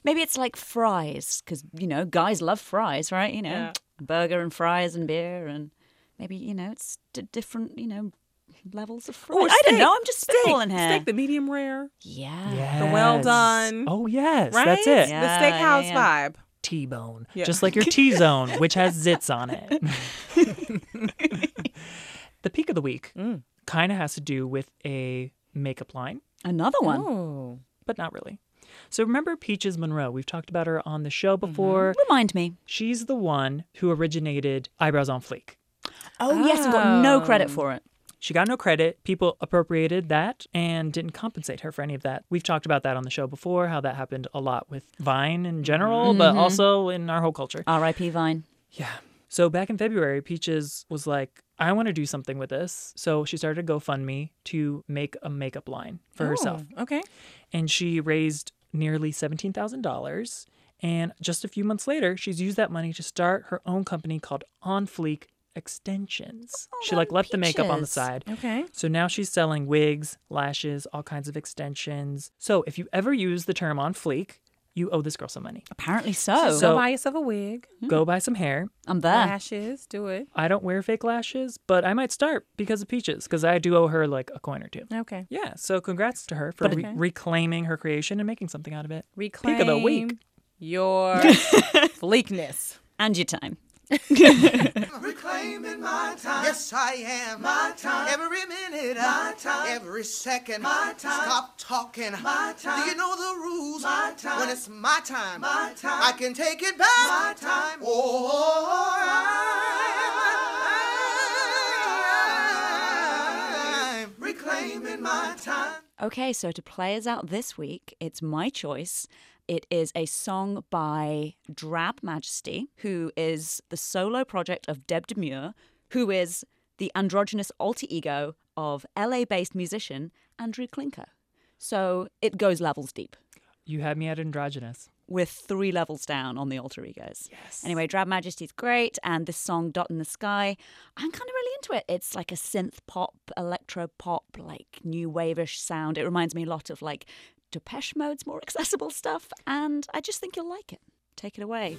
B: Maybe it's like fries, because you know, guys love fries, right? You know,
D: Yeah.
B: burger and fries and beer, and maybe you know, it's d- different, you know, levels of fries. I don't know. I'm just spitballing here.
D: Steak, the medium rare,
B: yeah.
C: Yes.
D: well done.
C: Oh, yes.
D: right?
C: That's it.
B: Yeah.
D: The steakhouse vibe.
C: T-bone,
D: Yeah.
C: just like your T-zone, which has zits on it. the peak of the week kind of has to do with a makeup line,
B: Another one.
D: Oh,
C: but not really. So remember Peaches Monroe? We've talked about her on the show before.
B: Remind me.
C: She's the one who originated eyebrows on fleek.
B: Oh, yes, I got no
D: Oh.
B: credit for it.
C: She got no credit. People appropriated that and didn't compensate her for any of that. We've talked about that on the show before, how that happened a lot with Vine in general, but also in our whole culture.
B: R.I.P. Vine.
C: Yeah. So back in February, Peaches was like, I want to do something with this. So she started a GoFundMe to make a makeup line for herself.
D: Oh, okay.
C: And she raised nearly $17,000. And just a few months later, she's used that money to start her own company called On Fleek Extensions. she like
B: then
C: left the makeup on the
B: Peaches.
C: side.
D: Oh, Okay.
C: So now she's selling wigs, lashes, all kinds of extensions. So if you ever use the term on fleek, you owe this girl some money.
B: Apparently so. Ah.
C: So-
D: So buy yourself a wig,
C: Go buy some hair.
B: I'm there.
D: lashes, do it.
C: I don't wear fake lashes, but I might start because of Peaches, because I do owe her like a coin or two.
D: Okay.
C: Yeah, so congrats to her for
B: But-
C: re- reclaiming her creation and making something out of it.
D: Reclaim
C: Peak of the week.
D: your fleekness.
B: And your time.
F: Reclaiming my time. Yes, I am. My time. Every minute. My time. Every second. My time. Stop talking. My time. Do you know the rules? My time. When it's my time. My time. I can take it back. My time. Oh, I'm reclaiming my time.
B: Okay, so to play us out this week, it's my choice. It is a song by Drab Majesty, who is the solo project of Deb Demure, who is the androgynous alter ego of LA based musician Andrew Klinko. So it goes levels deep.
C: You had me at androgynous.
B: We're three levels down on the alter egos. Yes. Anyway, Drab Majesty's great, and this song "Dot in the Sky," I'm kind of really into it. It's like a synth pop, electro pop, like new wave-ish sound. It reminds me a lot of like Depeche Mode's more [laughs] accessible stuff, and I just think you'll like it. Take it away.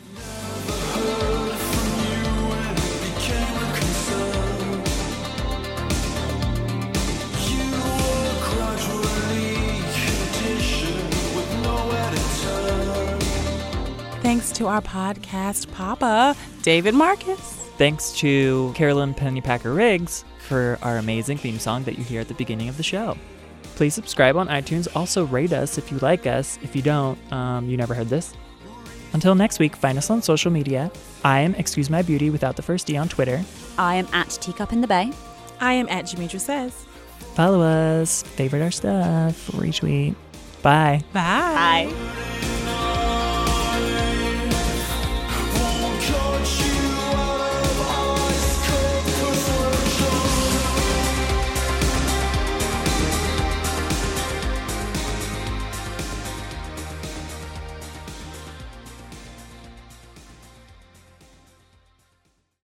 D: Thanks to our podcast papa, David Marcus.
C: Thanks to Carolyn Pennypacker Riggs for our amazing theme song that you hear at the beginning of the show. Please subscribe on iTunes. Also, rate us if you like us. If you don't, um, you never heard this. Until next week, find us on social media. I am Excuse My Beauty without the first D on Twitter.
B: I am at Teacup in the Bay.
D: I am at Jamidra Says.
C: Follow us, favorite our stuff, retweet. Bye.
D: Bye.
B: Bye.